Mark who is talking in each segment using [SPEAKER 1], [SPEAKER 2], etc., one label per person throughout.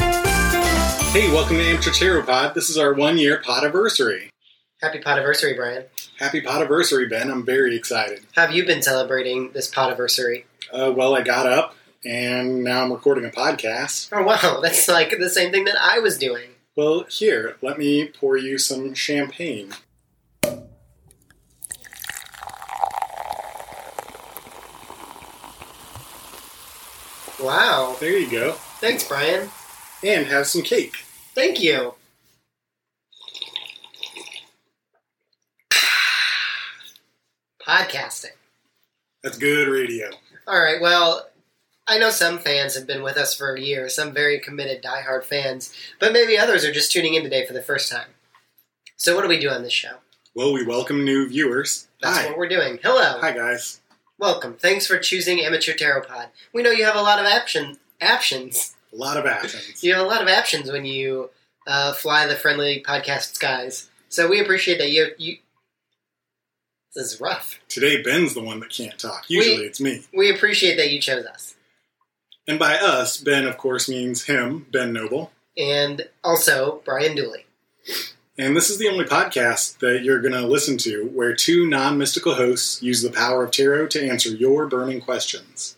[SPEAKER 1] Hey, welcome to Amateur Tarot Pod. This is our one year podiversary.
[SPEAKER 2] Happy podiversary, Brian.
[SPEAKER 1] Happy podiversary, Ben. I'm very excited.
[SPEAKER 2] How have you been celebrating this podiversary?
[SPEAKER 1] Uh, well, I got up and now I'm recording a podcast.
[SPEAKER 2] Oh wow, that's like the same thing that I was doing.
[SPEAKER 1] Well, here, let me pour you some champagne.
[SPEAKER 2] Wow.
[SPEAKER 1] There you go.
[SPEAKER 2] Thanks, Brian.
[SPEAKER 1] And have some cake.
[SPEAKER 2] Thank you. Podcasting.
[SPEAKER 1] That's good radio.
[SPEAKER 2] All right. Well, I know some fans have been with us for a year, some very committed diehard fans, but maybe others are just tuning in today for the first time. So, what do we do on this show?
[SPEAKER 1] Well, we welcome new viewers.
[SPEAKER 2] That's
[SPEAKER 1] Hi.
[SPEAKER 2] what we're doing. Hello.
[SPEAKER 1] Hi, guys.
[SPEAKER 2] Welcome. Thanks for choosing Amateur Tarot Pod. We know you have a lot of option, options.
[SPEAKER 1] A lot of Athens.
[SPEAKER 2] You have a lot of options when you uh, fly the friendly podcast skies. So, we appreciate that you. you this is rough.
[SPEAKER 1] Today, Ben's the one that can't talk. Usually, it's me.
[SPEAKER 2] We appreciate that you chose us.
[SPEAKER 1] And by us, Ben, of course, means him, Ben Noble.
[SPEAKER 2] And also, Brian Dooley.
[SPEAKER 1] And this is the only podcast that you're going to listen to where two non mystical hosts use the power of tarot to answer your burning questions.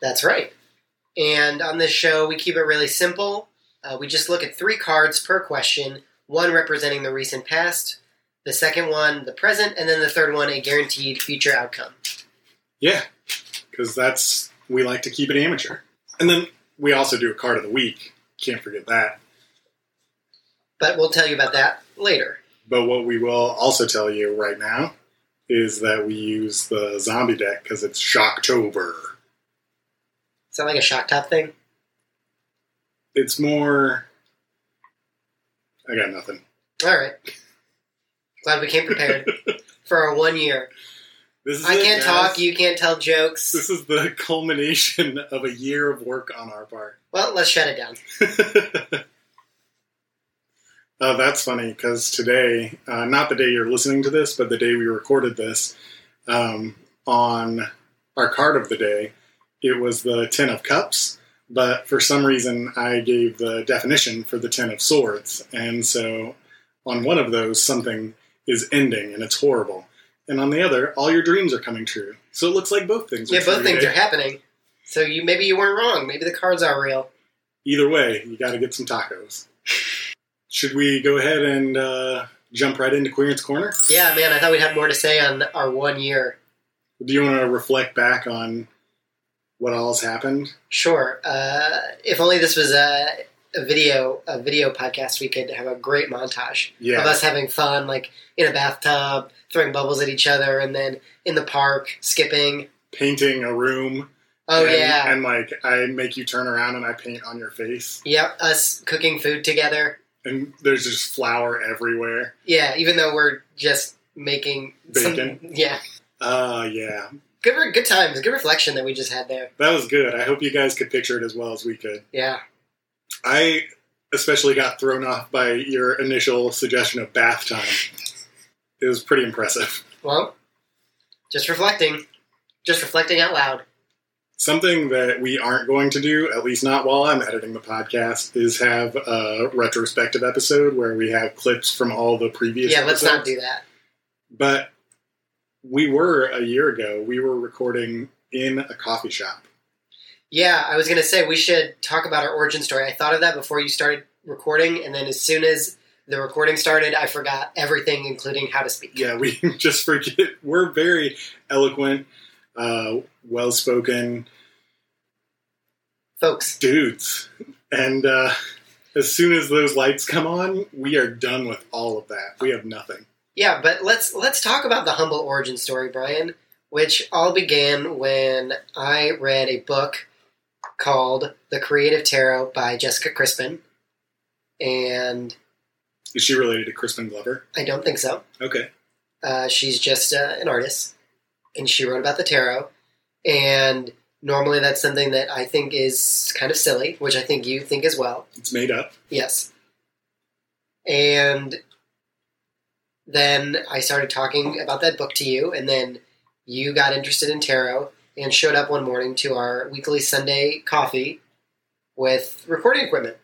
[SPEAKER 2] That's right. And on this show, we keep it really simple. Uh, we just look at three cards per question one representing the recent past, the second one, the present, and then the third one, a guaranteed future outcome.
[SPEAKER 1] Yeah, because that's, we like to keep it amateur. And then we also do a card of the week. Can't forget that.
[SPEAKER 2] But we'll tell you about that later.
[SPEAKER 1] But what we will also tell you right now is that we use the zombie deck because it's Shocktober.
[SPEAKER 2] Sound like a shock top thing?
[SPEAKER 1] It's more. I got nothing.
[SPEAKER 2] All right. Glad we came prepared for our one year.
[SPEAKER 1] This is
[SPEAKER 2] I
[SPEAKER 1] it,
[SPEAKER 2] can't
[SPEAKER 1] guys.
[SPEAKER 2] talk, you can't tell jokes.
[SPEAKER 1] This is the culmination of a year of work on our part.
[SPEAKER 2] Well, let's shut it down.
[SPEAKER 1] Oh, that's funny because today, uh, not the day you're listening to this, but the day we recorded this, um, on our card of the day, it was the Ten of Cups. But for some reason, I gave the definition for the Ten of Swords. And so on one of those, something is ending and it's horrible. And on the other, all your dreams are coming true. So it looks like both things are
[SPEAKER 2] Yeah,
[SPEAKER 1] true
[SPEAKER 2] both things
[SPEAKER 1] today.
[SPEAKER 2] are happening. So you maybe you weren't wrong. Maybe the cards are real.
[SPEAKER 1] either way, you got to get some tacos. Should we go ahead and uh, jump right into Queerance Corner?
[SPEAKER 2] Yeah, man, I thought we'd have more to say on our one year
[SPEAKER 1] Do you want to reflect back on what all's happened?
[SPEAKER 2] Oh, Sure. Uh, if only this was a, a video a video podcast, we could have a great montage
[SPEAKER 1] Yeah.
[SPEAKER 2] of us having fun, like in a bathtub, throwing bubbles at each other, and then in the park skipping.
[SPEAKER 1] Painting a room.
[SPEAKER 2] Oh
[SPEAKER 1] and,
[SPEAKER 2] yeah,
[SPEAKER 1] And like, I make you turn around and I paint on your face.
[SPEAKER 2] yeah. Us cooking food together.
[SPEAKER 1] And there's just flour everywhere.
[SPEAKER 2] Yeah, even though we're just making some-
[SPEAKER 1] Bacon.
[SPEAKER 2] yeah,
[SPEAKER 1] Ah, yeah.
[SPEAKER 2] good re- good times, good reflection that we just had there.
[SPEAKER 1] That was good. I hope you guys could picture it as well as we could.
[SPEAKER 2] Yeah.
[SPEAKER 1] I especially got thrown off by your initial suggestion of bath time. It was pretty impressive.
[SPEAKER 2] Well, just reflecting, just reflecting out loud.
[SPEAKER 1] Something that we aren't going to do, at least not while I'm editing the podcast, is have a retrospective episode where we have clips from all the previous.
[SPEAKER 2] yeah, let's not
[SPEAKER 1] episodes.
[SPEAKER 2] do that.
[SPEAKER 1] But we were a year ago. We were recording in a coffee shop.
[SPEAKER 2] Yeah, I was gonna say we should talk about our origin story. I thought of that before you started recording, and then as soon as the recording started, I forgot everything, including how to speak.
[SPEAKER 1] Yeah, we just forget. We're very eloquent, uh, well-spoken
[SPEAKER 2] Folks,
[SPEAKER 1] dudes, and uh, as soon as those lights come on, we are done with all of that. We have nothing.
[SPEAKER 2] yeah, but let's let's talk about the humble origin story, Brian. which all began when I read a book called The Creative Tarot by Jessica Crispin. And
[SPEAKER 1] Is she related to Crispin Glover?
[SPEAKER 2] I don't think so.
[SPEAKER 1] Okay.
[SPEAKER 2] Uh, she's just uh, an artist, and she wrote about the tarot. And normally, that's something that I think is kind of silly, which I think you think as well.
[SPEAKER 1] It's made up.
[SPEAKER 2] Yes. And then I started talking about that book to you, and then you got interested in tarot and showed up one morning to our weekly Sunday coffee with recording equipment.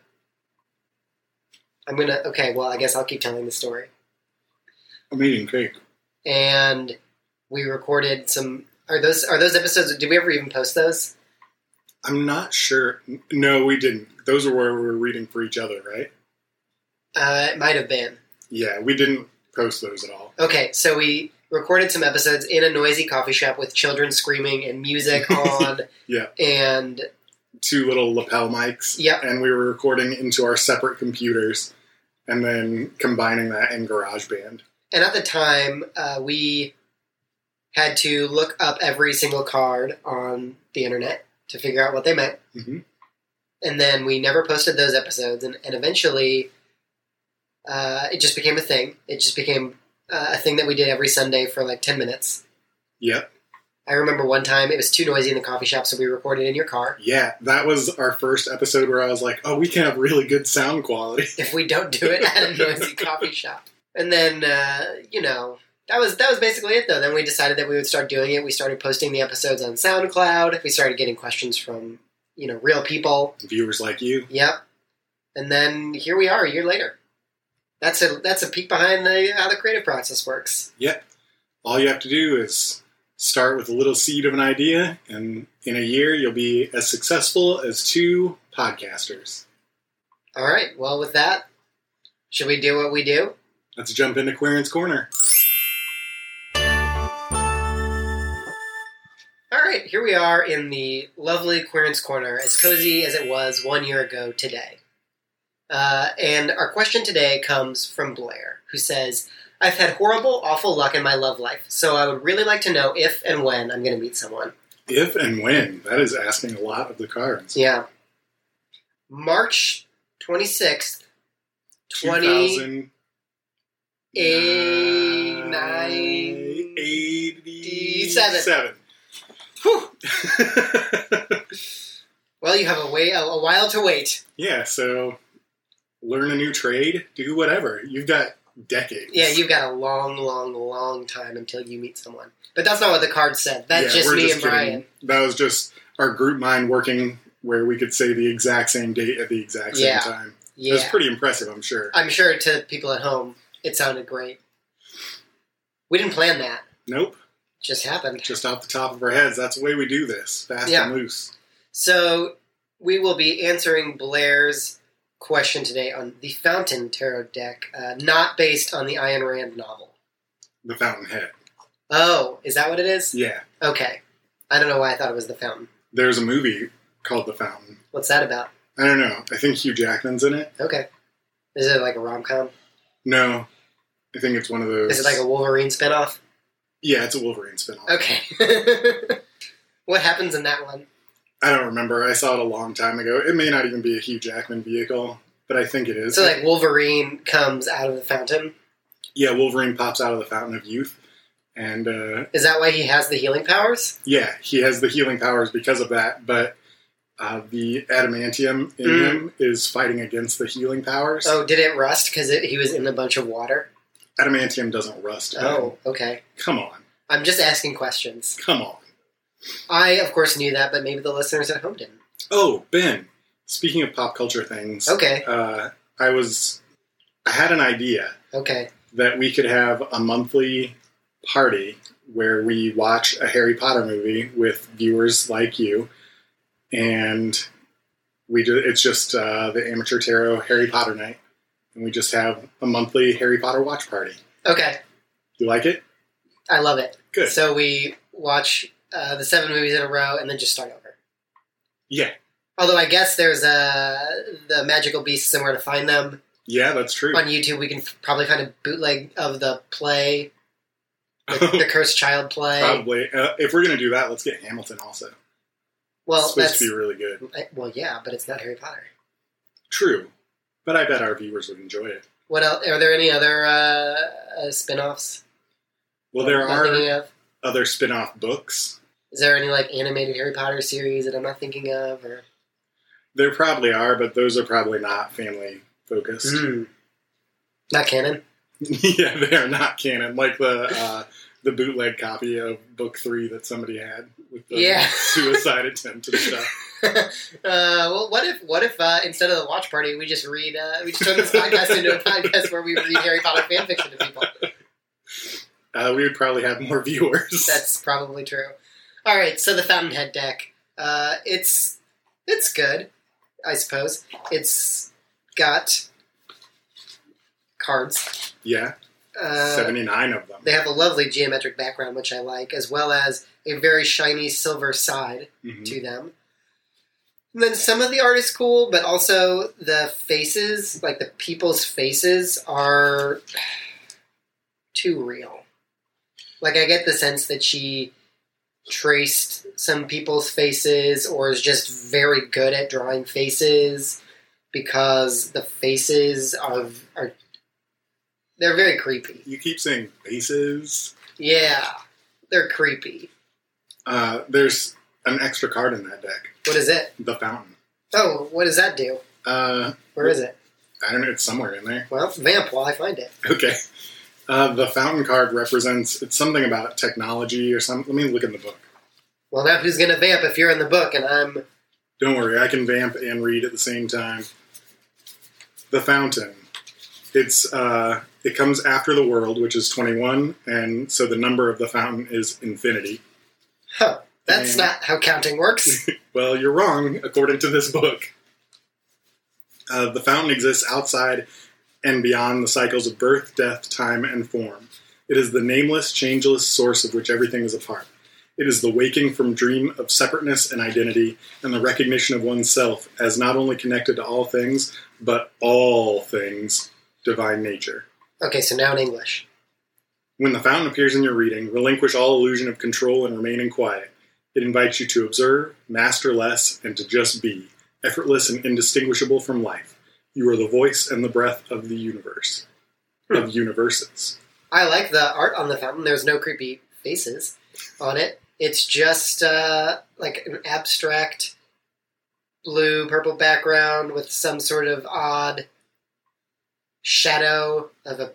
[SPEAKER 2] I'm gonna, okay, well, I guess I'll keep telling the story.
[SPEAKER 1] I'm eating cake.
[SPEAKER 2] And we recorded some. Are those are those episodes? Did we ever even post those?
[SPEAKER 1] I'm not sure. N- No, we didn't. Those were where we were reading for each other, right?
[SPEAKER 2] Uh, it might have been.
[SPEAKER 1] Yeah, we didn't post those at all.
[SPEAKER 2] Okay, so we recorded some episodes in a noisy coffee shop with children screaming and music on.
[SPEAKER 1] Yeah.
[SPEAKER 2] And
[SPEAKER 1] Two little lapel mics.
[SPEAKER 2] Yep.
[SPEAKER 1] And we were recording into our separate computers and then combining that in GarageBand.
[SPEAKER 2] and at the time, uh, we had to look up every single card on the internet to figure out what they meant.
[SPEAKER 1] Mhm.
[SPEAKER 2] And then we never posted those episodes, and, and eventually, uh, it just became a thing. It just became uh, a thing that we did every Sunday for like ten minutes.
[SPEAKER 1] Yep.
[SPEAKER 2] I remember one time it was too noisy in the coffee shop, so we recorded in your car.
[SPEAKER 1] Yeah, that was our first episode where I was like, oh, we can have really good sound quality.
[SPEAKER 2] if we don't do it at a noisy coffee shop. And then uh, you know that was that was basically it though. Then we decided that we would start doing it. We started posting the episodes on SoundCloud. We started getting questions from you know real people.
[SPEAKER 1] Viewers like you.
[SPEAKER 2] Yep. And then here we are a year later. That's a that's a peek behind the how the creative process works.
[SPEAKER 1] Yep. All you have to do is start with a little seed of an idea, and in a year, you'll be as successful as two podcasters.
[SPEAKER 2] All right. Well, with that, should we do what we do?
[SPEAKER 1] Let's jump into Quarian's Corner.
[SPEAKER 2] All right. Here we are in the lovely Querent's Corner, as cozy as it was one year ago today. Uh, and our question today comes from Blair, who says, I've had horrible, awful luck in my love life, so I would really like to know if and when I'm going to meet someone.
[SPEAKER 1] If and when. That is asking a lot of the cards.
[SPEAKER 2] Yeah. March 26th, 20.
[SPEAKER 1] 2089.
[SPEAKER 2] Eight, nine,
[SPEAKER 1] 87.
[SPEAKER 2] Whew. Well, you have a, way, a, a while to wait.
[SPEAKER 1] yeah, so learn a new trade, do whatever. You've got decades.
[SPEAKER 2] Yeah, you've got a long, long, long time until you meet someone. But that's not what the card said. That's
[SPEAKER 1] Yeah,
[SPEAKER 2] just
[SPEAKER 1] we're
[SPEAKER 2] me and
[SPEAKER 1] kidding.
[SPEAKER 2] Brian.
[SPEAKER 1] That was just our group mind working where we could say the exact same date at the exact same
[SPEAKER 2] Yeah.
[SPEAKER 1] time. It was
[SPEAKER 2] Yeah.
[SPEAKER 1] pretty impressive, I'm sure.
[SPEAKER 2] I'm sure to people at home, it sounded great. We didn't plan that.
[SPEAKER 1] nope.
[SPEAKER 2] It just happened.
[SPEAKER 1] Just off the top of our heads. That's the way we do this. Fast
[SPEAKER 2] Yeah.
[SPEAKER 1] and loose.
[SPEAKER 2] So we will be answering Blair's question today on the Fountain Tarot deck, uh, not based on the Ayn Rand novel.
[SPEAKER 1] The Fountainhead.
[SPEAKER 2] Oh, is that what it is?
[SPEAKER 1] Yeah.
[SPEAKER 2] Okay. I don't know why I thought it was the Fountain.
[SPEAKER 1] There's a movie called The Fountain.
[SPEAKER 2] What's that about?
[SPEAKER 1] I don't know. I think Hugh Jackman's in it.
[SPEAKER 2] Okay. Is it like a rom com?
[SPEAKER 1] No. I think it's one of those.
[SPEAKER 2] Is it like a Wolverine spinoff?
[SPEAKER 1] Yeah, it's a Wolverine spinoff.
[SPEAKER 2] Okay. what happens in that one?
[SPEAKER 1] I don't remember. I saw it a long time ago. It may not even be a Hugh Jackman vehicle, but I think it is.
[SPEAKER 2] So, like, Wolverine comes out of the fountain.
[SPEAKER 1] yeah, Wolverine pops out of the Fountain of Youth, and uh,
[SPEAKER 2] Is that why he has the healing powers?
[SPEAKER 1] yeah, he has the healing powers because of that. But uh, the adamantium in
[SPEAKER 2] Mm.
[SPEAKER 1] him is fighting against the healing powers.
[SPEAKER 2] Oh, did it rust because he was in a bunch of water?
[SPEAKER 1] Adamantium doesn't rust.
[SPEAKER 2] Oh, okay.
[SPEAKER 1] come on,
[SPEAKER 2] I'm just asking questions.
[SPEAKER 1] come on.
[SPEAKER 2] I, of course, knew that, but maybe the listeners at home didn't.
[SPEAKER 1] Oh, Ben. Speaking of pop culture things,
[SPEAKER 2] Okay,
[SPEAKER 1] uh, I was, I had an idea.
[SPEAKER 2] okay.
[SPEAKER 1] that we could have a monthly party where we watch a Harry Potter movie with viewers like you, and we do, it's just uh, the amateur tarot Harry Potter night, and we just have a monthly Harry Potter watch party.
[SPEAKER 2] Okay,
[SPEAKER 1] You like it?
[SPEAKER 2] I love it.
[SPEAKER 1] Good.
[SPEAKER 2] So, we watch uh, the seven movies in a row and then just start over.
[SPEAKER 1] yeah,
[SPEAKER 2] Although, I guess there's uh, the Magical Beasts and Where to Find Them.
[SPEAKER 1] yeah, that's true.
[SPEAKER 2] On YouTube, we can f- probably find a bootleg of the play. the, the cursed child play.
[SPEAKER 1] Hmm. Probably. Uh, if we're going to do that, let's get Hamilton also.
[SPEAKER 2] well,
[SPEAKER 1] it's supposed
[SPEAKER 2] that's
[SPEAKER 1] to be really good.
[SPEAKER 2] well, yeah, but it's not Harry Potter.
[SPEAKER 1] True. But I bet our viewers would enjoy it.
[SPEAKER 2] What else? Are there any other uh, uh, spin-offs?
[SPEAKER 1] Well, there
[SPEAKER 2] I'm not
[SPEAKER 1] are
[SPEAKER 2] thinking of?
[SPEAKER 1] other spin off books.
[SPEAKER 2] Is there any like animated Harry Potter series that I'm not thinking of? Or
[SPEAKER 1] There probably are, but those are probably not family focused.
[SPEAKER 2] Hmm. not canon?
[SPEAKER 1] yeah, they are not canon. Like the uh, the bootleg copy of book three that somebody had with the
[SPEAKER 2] Yeah.
[SPEAKER 1] suicide attempt and stuff.
[SPEAKER 2] uh, well, what if what if uh, instead of the watch party, we just read uh, we just turn this podcast into a podcast where we read Harry Potter fan fiction to people?
[SPEAKER 1] Uh, we would probably have more viewers.
[SPEAKER 2] That's probably true. All right, so the Fountainhead deck, uh, it's it's good, I suppose. It's got cards.
[SPEAKER 1] yeah,
[SPEAKER 2] Uh,
[SPEAKER 1] seventy nine of them.
[SPEAKER 2] they have a lovely geometric background, which I like, as well as a very shiny silver side
[SPEAKER 1] Mhm.
[SPEAKER 2] to them. And then some of the art is cool, but also the faces, like the people's faces, are too real. Like I get the sense that she traced some people's faces or is just very good at drawing faces because the faces are are they're very creepy.
[SPEAKER 1] You keep saying faces.
[SPEAKER 2] Yeah. They're creepy.
[SPEAKER 1] Uh, there's an extra card in that deck,
[SPEAKER 2] What is it?
[SPEAKER 1] the fountain.
[SPEAKER 2] Oh, what does that do?
[SPEAKER 1] Uh,
[SPEAKER 2] Where is it?
[SPEAKER 1] I don't know. It's somewhere in there.
[SPEAKER 2] Well, vamp while I find it.
[SPEAKER 1] Okay. Uh, the fountain card represents it's something about technology or something. Let me look in the book.
[SPEAKER 2] Well, now who's going to vamp if you're in the book and I'm.
[SPEAKER 1] Don't worry, I can vamp and read at the same time. The Fountain. It's uh, it comes after the world, which is twenty one, and so the number of the fountain is infinity.
[SPEAKER 2] Huh, that's
[SPEAKER 1] Mm.
[SPEAKER 2] not how counting works.
[SPEAKER 1] Well, you're wrong, according to this book. Uh, the fountain exists outside and beyond the cycles of birth, death, time, and form. It is the nameless, changeless source of which everything is a part. It is the waking from dream of separateness and identity, and the recognition of oneself as not only connected to all things, but all things divine nature.
[SPEAKER 2] okay, so now in English.
[SPEAKER 1] When the fountain appears in your reading, relinquish all illusion of control and remain in quiet. It invites you to observe, master less, and to just be, effortless and indistinguishable from life. You are the voice and the breath of the universe, of universes.
[SPEAKER 2] I like the art on the fountain. There's no creepy faces on it. It's just uh, like an abstract blue purple background with some sort of odd shadow of a.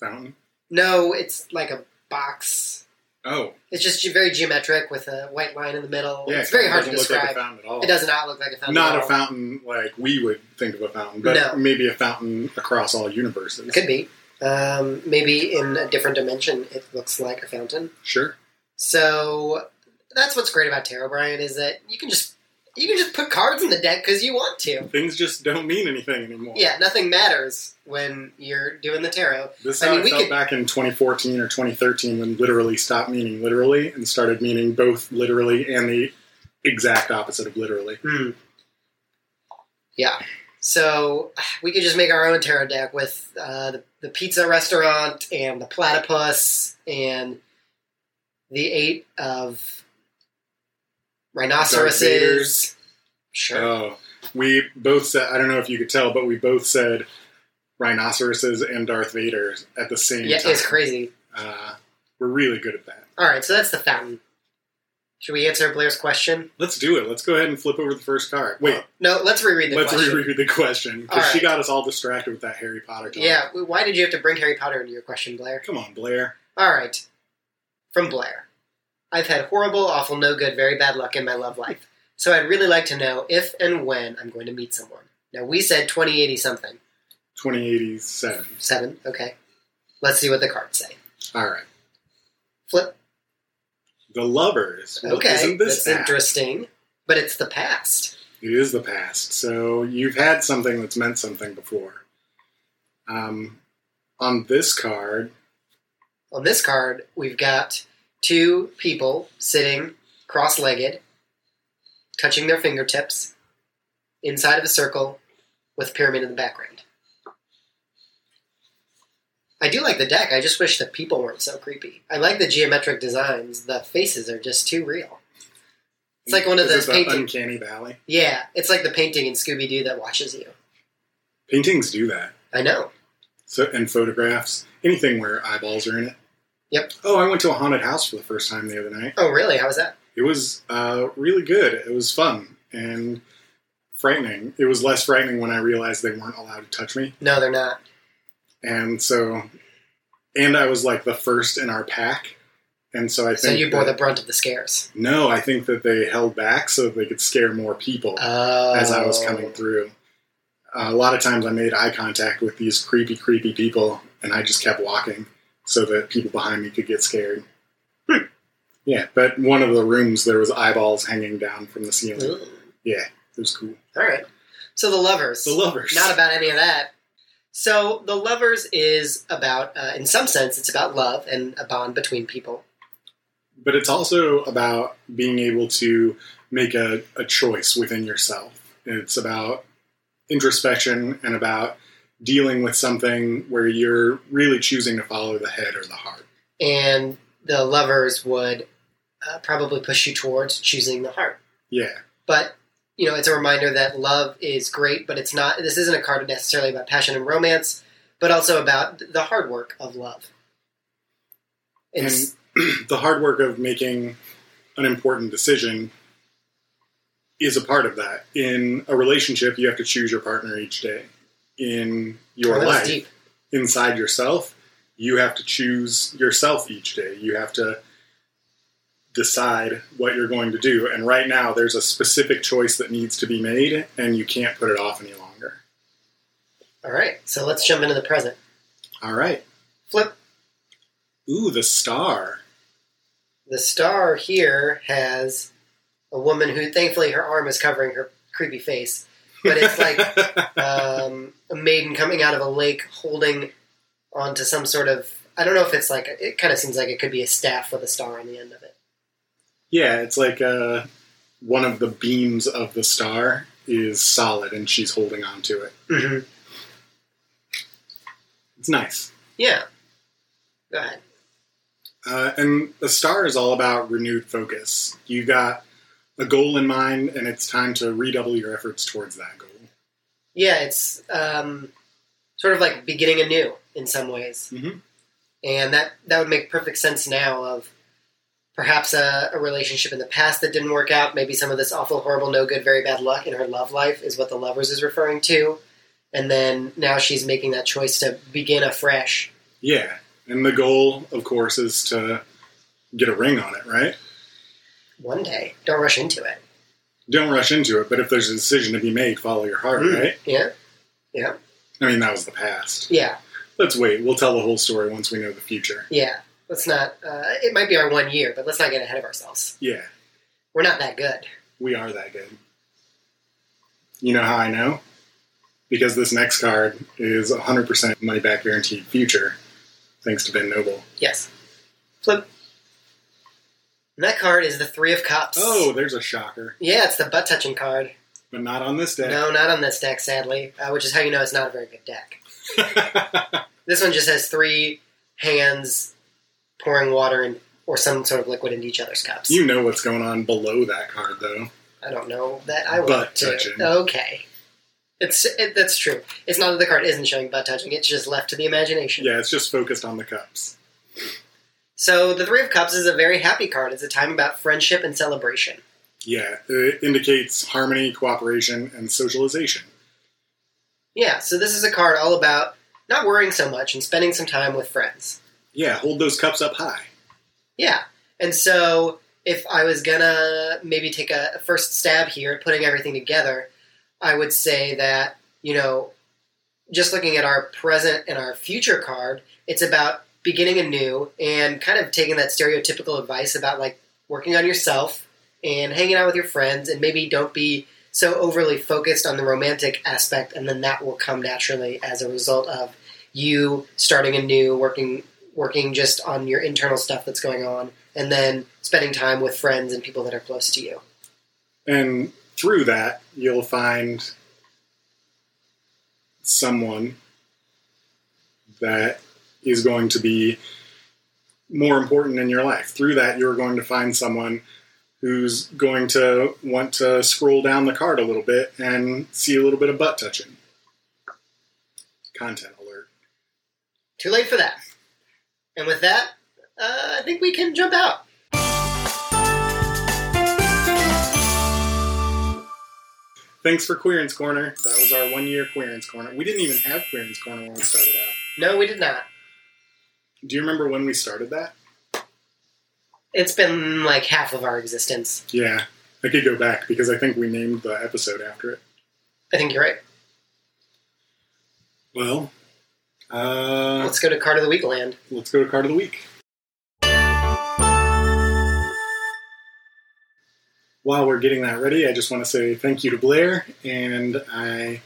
[SPEAKER 1] Fountain.
[SPEAKER 2] No, it's like a box.
[SPEAKER 1] Oh,
[SPEAKER 2] It's just very geometric with a white line in the middle.
[SPEAKER 1] yeah.
[SPEAKER 2] it's very
[SPEAKER 1] it
[SPEAKER 2] hard to
[SPEAKER 1] doesn't Look like
[SPEAKER 2] describe.
[SPEAKER 1] a fountain at all.
[SPEAKER 2] it does not look like a fountain.
[SPEAKER 1] Not
[SPEAKER 2] at
[SPEAKER 1] a
[SPEAKER 2] all.
[SPEAKER 1] fountain like we would think of a fountain, but
[SPEAKER 2] No.
[SPEAKER 1] maybe a fountain across all universes.
[SPEAKER 2] Could be. Um, maybe in a different dimension, it looks like a fountain.
[SPEAKER 1] Sure.
[SPEAKER 2] So that's what's great about tarot, Brian, is that you can just you can just put cards in the deck because you want to.
[SPEAKER 1] Things just don't mean anything anymore.
[SPEAKER 2] Yeah, nothing matters when you're doing the tarot.
[SPEAKER 1] This is
[SPEAKER 2] I
[SPEAKER 1] how
[SPEAKER 2] mean,
[SPEAKER 1] it
[SPEAKER 2] we
[SPEAKER 1] felt
[SPEAKER 2] could-
[SPEAKER 1] back in 2014 or 2013 when literally stopped meaning literally and started meaning both literally and the exact opposite of literally.
[SPEAKER 2] Yeah. So we could just make our own tarot deck with uh, the, the pizza restaurant and the platypus and the eight of
[SPEAKER 1] Darth Vaders.
[SPEAKER 2] rhinoceroses. Sure.
[SPEAKER 1] Oh, we both said, I don't know if you could tell, but we both said rhinoceroses and Darth Vader at the same
[SPEAKER 2] yeah,
[SPEAKER 1] time.
[SPEAKER 2] it's crazy.
[SPEAKER 1] Uh, we're really good at that.
[SPEAKER 2] All right, so that's the fountain. Should we answer Blair's question?
[SPEAKER 1] Let's do it. Let's go ahead and flip over the first card. Wait,
[SPEAKER 2] No, let's reread the
[SPEAKER 1] let's
[SPEAKER 2] question.
[SPEAKER 1] reread the question because
[SPEAKER 2] All
[SPEAKER 1] she
[SPEAKER 2] right.
[SPEAKER 1] got us all distracted with that Harry Potter talk.
[SPEAKER 2] Yeah, why did you have to bring Harry Potter into your question, Blair?
[SPEAKER 1] Come on, Blair.
[SPEAKER 2] All right. From Blair. I've had horrible, awful, no good, very bad luck in my love life. So I'd really like to know if and when I'm going to meet someone. Now, we said 2080 something.
[SPEAKER 1] 2087.
[SPEAKER 2] Seven. Okay. Let's see what the cards say.
[SPEAKER 1] All right.
[SPEAKER 2] Flip.
[SPEAKER 1] The lovers. Well,
[SPEAKER 2] Okay.
[SPEAKER 1] Isn't this
[SPEAKER 2] That's
[SPEAKER 1] apt?
[SPEAKER 2] interesting. But it's the past.
[SPEAKER 1] It is the past. So you've had something that's meant something before. Um, on this card,
[SPEAKER 2] On this card, we've got two people sitting cross legged, touching their fingertips, inside of a circle with pyramid in the background. I do like the deck. I just wish the people weren't so creepy. I like the geometric designs. The faces are just too real. It's like one of
[SPEAKER 1] Is
[SPEAKER 2] those
[SPEAKER 1] it the
[SPEAKER 2] paintings.
[SPEAKER 1] uncanny valley.
[SPEAKER 2] Yeah, it's like the painting in Scooby Doo that watches you.
[SPEAKER 1] Paintings do that.
[SPEAKER 2] I know.
[SPEAKER 1] So and photographs, anything where eyeballs are in it.
[SPEAKER 2] Yep.
[SPEAKER 1] Oh, I went to a haunted house for the first time the other night.
[SPEAKER 2] Oh, really? How was that?
[SPEAKER 1] It was uh, really good. It was fun and frightening. It was less frightening when I realized they weren't allowed to touch me,
[SPEAKER 2] No, they're not.
[SPEAKER 1] and so and I was like the first in our pack, and so I think
[SPEAKER 2] So you bore the
[SPEAKER 1] that-
[SPEAKER 2] brunt of the scares.
[SPEAKER 1] no. I think that they held back so they could scare more people.
[SPEAKER 2] Oh.
[SPEAKER 1] as I was coming through. Uh, a lot of times I made eye contact with these creepy, creepy people, and I just kept walking so that people behind me could get scared. Hmm. Yeah, but one of the rooms there was eyeballs hanging down from the ceiling.
[SPEAKER 2] Oh. Ooh.
[SPEAKER 1] Yeah, it was cool.
[SPEAKER 2] All right. So the lovers.
[SPEAKER 1] The lovers.
[SPEAKER 2] Not about any of that. So the lovers is about, uh, in some sense, it's about love and a bond between people.
[SPEAKER 1] but it's also about being able to make a, a choice within yourself. It's about introspection and about dealing with something where you're really choosing to follow the head or the heart.
[SPEAKER 2] And the lovers would uh, probably push you towards choosing the heart.
[SPEAKER 1] Yeah.
[SPEAKER 2] But you know, it's a reminder that love is great, but it's not. This isn't a card necessarily about passion and romance, but also about the hard work of love. It's,
[SPEAKER 1] and the hard work of making an important decision is a part of that. In a relationship, you have to choose your partner each day. In your
[SPEAKER 2] Oh, that was
[SPEAKER 1] life,
[SPEAKER 2] deep.
[SPEAKER 1] inside yourself, you have to choose yourself each day. You have to decide what you're going to do. And right now, there's a specific choice that needs to be made, and you can't put it off any longer.
[SPEAKER 2] All right, so let's jump into the present.
[SPEAKER 1] All right.
[SPEAKER 2] Flip
[SPEAKER 1] Ooh, the star.
[SPEAKER 2] the star here has a woman who, thankfully, her arm is covering her creepy face, but it's like um, a maiden coming out of a lake holding onto some sort of. I don't know if it's like it kind of seems like it could be a staff with a star on the end of it.
[SPEAKER 1] Yeah, it's like uh, one of the beams of the star is solid, and she's holding on to it.
[SPEAKER 2] Mm-hmm.
[SPEAKER 1] It's nice.
[SPEAKER 2] Yeah. Go ahead.
[SPEAKER 1] Uh, and the star is all about renewed focus. You got a goal in mind, and it's time to redouble your efforts towards that goal.
[SPEAKER 2] Yeah, it's um, sort of like beginning anew in some ways,
[SPEAKER 1] Mhm.
[SPEAKER 2] and that that would make perfect sense now. Of perhaps a, a relationship in the past that didn't work out, maybe some of this awful, horrible, no good, very bad luck in her love life is what the lovers is referring to, and then now she's making that choice to begin afresh.
[SPEAKER 1] Yeah, and the goal, of course, is to get a ring on it, right?
[SPEAKER 2] One day, don't rush into it.
[SPEAKER 1] Don't rush into it, but if there's a decision to be made, follow your heart,
[SPEAKER 2] Mm.
[SPEAKER 1] right?
[SPEAKER 2] Yeah, yeah,
[SPEAKER 1] I mean, that was the past.
[SPEAKER 2] yeah,
[SPEAKER 1] Let's wait. We'll tell the whole story once we know the future.
[SPEAKER 2] yeah. Let's not. Uh, it might be our one year, but let's not get ahead of ourselves.
[SPEAKER 1] Yeah.
[SPEAKER 2] We're not that good.
[SPEAKER 1] we are that good. You know how I know? Because this next card is 100% money back guaranteed future, thanks to Ben Noble.
[SPEAKER 2] Yes. Flip. And that card is the Three of Cups.
[SPEAKER 1] Oh, there's a shocker,
[SPEAKER 2] Yeah, it's the butt touching card.
[SPEAKER 1] but not on this deck.
[SPEAKER 2] No, not on this deck, sadly, uh, which is how you know it's not a very good deck. This one just has three hands pouring water in, or some sort of liquid into each other's cups.
[SPEAKER 1] you know what's going on below that card, though.
[SPEAKER 2] I don't know that I want
[SPEAKER 1] Butt
[SPEAKER 2] to.
[SPEAKER 1] touching.
[SPEAKER 2] Okay. It's it, that's true. It's not that the card isn't showing butt touching; it's just left to the imagination.
[SPEAKER 1] Yeah, it's just focused on the cups.
[SPEAKER 2] So the Three of Cups is a very happy card. It's a time about friendship and celebration.
[SPEAKER 1] Yeah, it indicates harmony, cooperation, and socialization.
[SPEAKER 2] Yeah, so this is a card all about not worrying so much and spending some time with friends.
[SPEAKER 1] Yeah, hold those cups up high.
[SPEAKER 2] Yeah. And so if I was gonna maybe take a, a first stab here at putting everything together, I would say that, you know, just looking at our present and our future card, it's about beginning anew and kind of taking that stereotypical advice about like working on yourself and hanging out with your friends and maybe don't be so overly focused on the romantic aspect and then that will come naturally as a result of you starting anew, working working just on your internal stuff that's going on and then spending time with friends and people that are close to you.
[SPEAKER 1] And through that, you'll find someone that is going to be more important in your life. Through that, you're going to find someone who's going to want to scroll down the card a little bit and see a little bit of butt touching. Content alert.
[SPEAKER 2] Too late for that. And with that, uh, I think we can jump out.
[SPEAKER 1] Thanks for Queerance Corner. That was our one year Queerance Corner. We didn't even have Queerance Corner when we started out.
[SPEAKER 2] No, we did not.
[SPEAKER 1] Do you remember when we started that?
[SPEAKER 2] It's been like half of our existence.
[SPEAKER 1] Yeah. I could go back because I think we named the episode after it.
[SPEAKER 2] I think you're right.
[SPEAKER 1] Well, uh,
[SPEAKER 2] Let's go to Card of the Week land.
[SPEAKER 1] let's go to card of the week. While we're getting that ready, I just want to say thank you to Blair, and I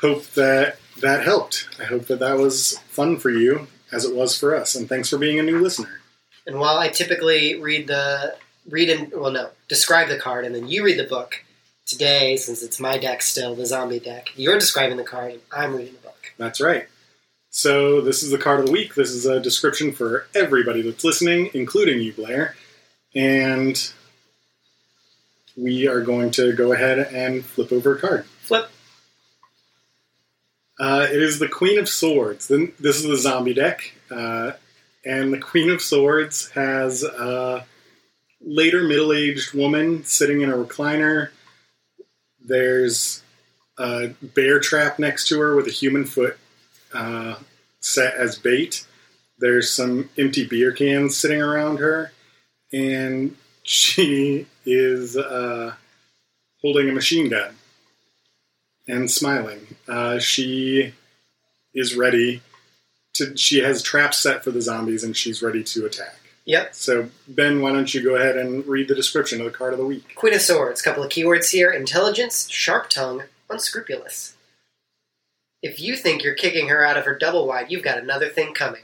[SPEAKER 1] hope that that helped. I hope that that was fun for you, as it was for us, and thanks for being a new listener.
[SPEAKER 2] And while I typically read the read and well, no, describe the card, and then you read the book. Today, since it's my deck still, the zombie deck, you're describing the card, and I'm reading the book.
[SPEAKER 1] That's right. So, this is the card of the week. This is a description for everybody that's listening, including you, Blair. And we are going to go ahead and flip over a card.
[SPEAKER 2] Flip.
[SPEAKER 1] Uh, it is the Queen of Swords. Then this is the zombie deck, uh, and the Queen of Swords has a later middle-aged woman sitting in a recliner. There's a bear trap next to her with a human foot uh, set as bait. There's some empty beer cans sitting around her, and she is uh, holding a machine gun and smiling. Uh, she is ready to. She has traps set for the zombies, and she's ready to attack.
[SPEAKER 2] Yep.
[SPEAKER 1] So, Ben, why don't you go ahead and read the description of the card of the week?
[SPEAKER 2] Queen of Swords. Couple of keywords here: intelligence, sharp tongue, unscrupulous. If you think you're kicking her out of her double wide, you've got another thing coming.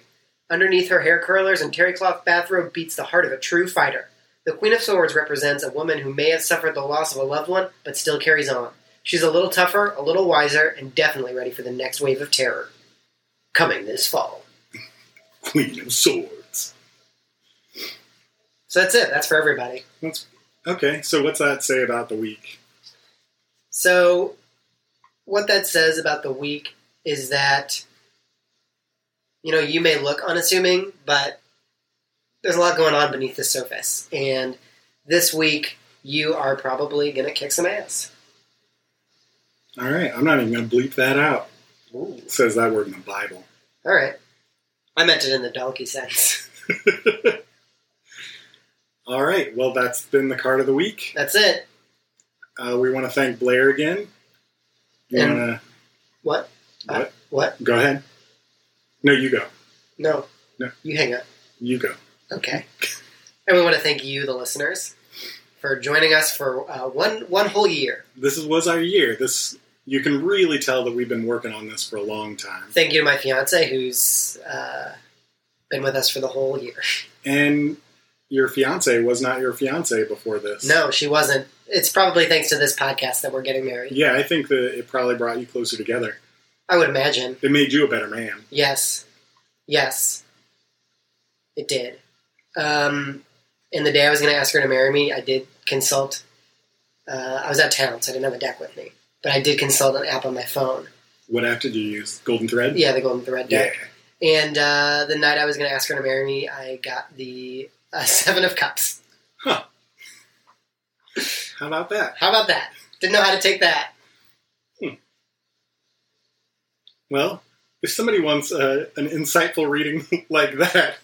[SPEAKER 2] Underneath her hair curlers and terry cloth bathrobe beats the heart of a true fighter. The Queen of Swords represents a woman who may have suffered the loss of a loved one, but still carries on. She's a little tougher, a little wiser, and definitely ready for the next wave of terror coming this fall.
[SPEAKER 1] Queen of Swords.
[SPEAKER 2] So that's it. That's for everybody.
[SPEAKER 1] That's okay. So, what's that say about the week?
[SPEAKER 2] So, what that says about the week is that, you know, you may look unassuming, but there's a lot going on beneath the surface. And this week, you are probably going to kick some ass.
[SPEAKER 1] All right, I'm not even going to bleep that out.
[SPEAKER 2] Ooh.
[SPEAKER 1] It says that word in the Bible.
[SPEAKER 2] All right. I meant it in the donkey sense.
[SPEAKER 1] All right. Well, that's been the card of the week.
[SPEAKER 2] That's it.
[SPEAKER 1] Uh, we want to thank Blair again. You
[SPEAKER 2] And-
[SPEAKER 1] want to
[SPEAKER 2] What?
[SPEAKER 1] What?
[SPEAKER 2] Uh, what?
[SPEAKER 1] go ahead? No, you go.
[SPEAKER 2] No.
[SPEAKER 1] No.
[SPEAKER 2] You hang up.
[SPEAKER 1] You go.
[SPEAKER 2] Okay. And we want to thank you, the listeners, for joining us for uh, one one whole year.
[SPEAKER 1] this is- was our year. This you can really tell that we've been working on this for a long time.
[SPEAKER 2] Thank you to my fiance who's uh, been with us for the whole year.
[SPEAKER 1] And your fiance was not your fiance before this.
[SPEAKER 2] No, she wasn't. It's probably thanks to this podcast that we're getting married.
[SPEAKER 1] Yeah, I think that it probably brought you closer together.
[SPEAKER 2] I would imagine.
[SPEAKER 1] It made you a better man.
[SPEAKER 2] Yes. Yes. It did. Um, and the day I was going to ask her to marry me, I did consult. Uh, I was out of town, so I didn't have a deck with me. But I did consult an app on my phone.
[SPEAKER 1] What app did you use? Golden Thread.
[SPEAKER 2] Yeah, the Golden Thread
[SPEAKER 1] Yeah.
[SPEAKER 2] deck. And uh, the night I was going to ask her to marry me, I got the uh, Seven of Cups.
[SPEAKER 1] How about that?
[SPEAKER 2] How about that? Didn't know how to take that.
[SPEAKER 1] Well, if somebody wants uh, an insightful reading like that,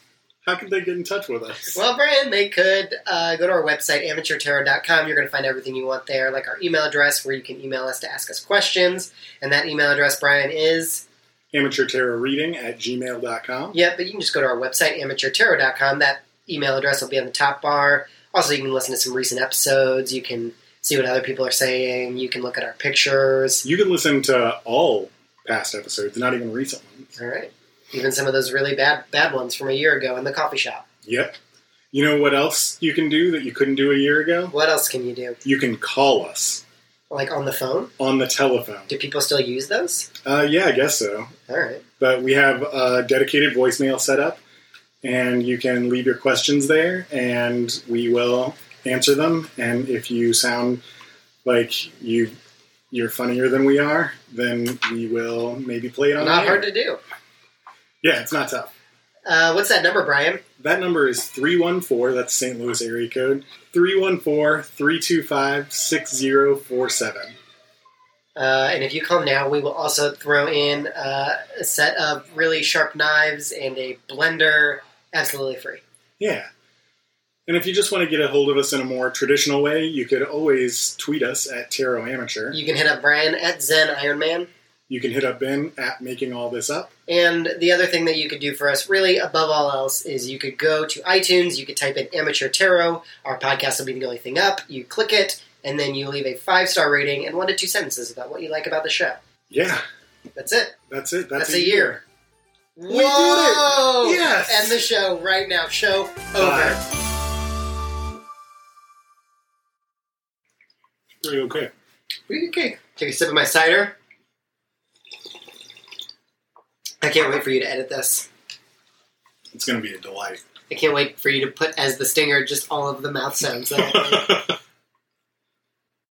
[SPEAKER 1] how can they get in touch with us?
[SPEAKER 2] Well, Brian, they could uh, go to our website, amateurtarot.com. You're going to find everything you want there, like our email address where you can email us to ask us questions. And that email address, Brian, is.
[SPEAKER 1] Amateur tarot reading at gmail.com.
[SPEAKER 2] Yep, but you can just go to our website, amateurtarot.com. That email address will be on the top bar. Also, you can listen to some recent episodes. You can see what other people are saying. You can look at our pictures.
[SPEAKER 1] You can listen to all past episodes, not even recent ones.
[SPEAKER 2] All right. Even some of those really bad bad ones from a year ago in the coffee shop.
[SPEAKER 1] Yep. You know what else you can do that you couldn't do a year ago?
[SPEAKER 2] What else can you do?
[SPEAKER 1] You can call us.
[SPEAKER 2] like on the phone?
[SPEAKER 1] on the telephone.
[SPEAKER 2] Do people still use those?
[SPEAKER 1] Uh, yeah, I guess so.
[SPEAKER 2] All right.
[SPEAKER 1] But we have a dedicated voicemail set up, and you can leave your questions there, and we will answer them. And if you sound like you you're funnier than we are, then we will maybe play it on.
[SPEAKER 2] Not
[SPEAKER 1] the air.
[SPEAKER 2] hard to do.
[SPEAKER 1] Yeah, it's not tough.
[SPEAKER 2] Uh, what's that number, Brian?
[SPEAKER 1] That number is 314, that's St. Louis area code, 314 325 6047.
[SPEAKER 2] Uh, and if you call now, we will also throw in uh, a set of really sharp knives and a blender absolutely free.
[SPEAKER 1] Yeah. And if you just want to get a hold of us in a more traditional way, you could always tweet us at Tarot Amateur.
[SPEAKER 2] You can hit up Brian at Zen Iron Man.
[SPEAKER 1] You can hit up Ben at Making All This Up.
[SPEAKER 2] And the other thing that you could do for us, really above all else, is you could go to iTunes, you could type in Amateur Tarot, our podcast will be the only thing up, you click it, and then you leave a five star rating and one to two sentences about what you like about the show.
[SPEAKER 1] Yeah,
[SPEAKER 2] That's it.
[SPEAKER 1] that's it. That's,
[SPEAKER 2] That's, a year.
[SPEAKER 1] We did it!
[SPEAKER 2] Whoa!
[SPEAKER 1] Yes!
[SPEAKER 2] End the show right now. Show over.
[SPEAKER 1] Bye. Very okay.
[SPEAKER 2] Pretty good cake. Take a sip of my cider. I can't wait for you to edit this.
[SPEAKER 1] It's going to be a delight.
[SPEAKER 2] I can't wait for you to put as the stinger just all of the mouth sounds. That I made.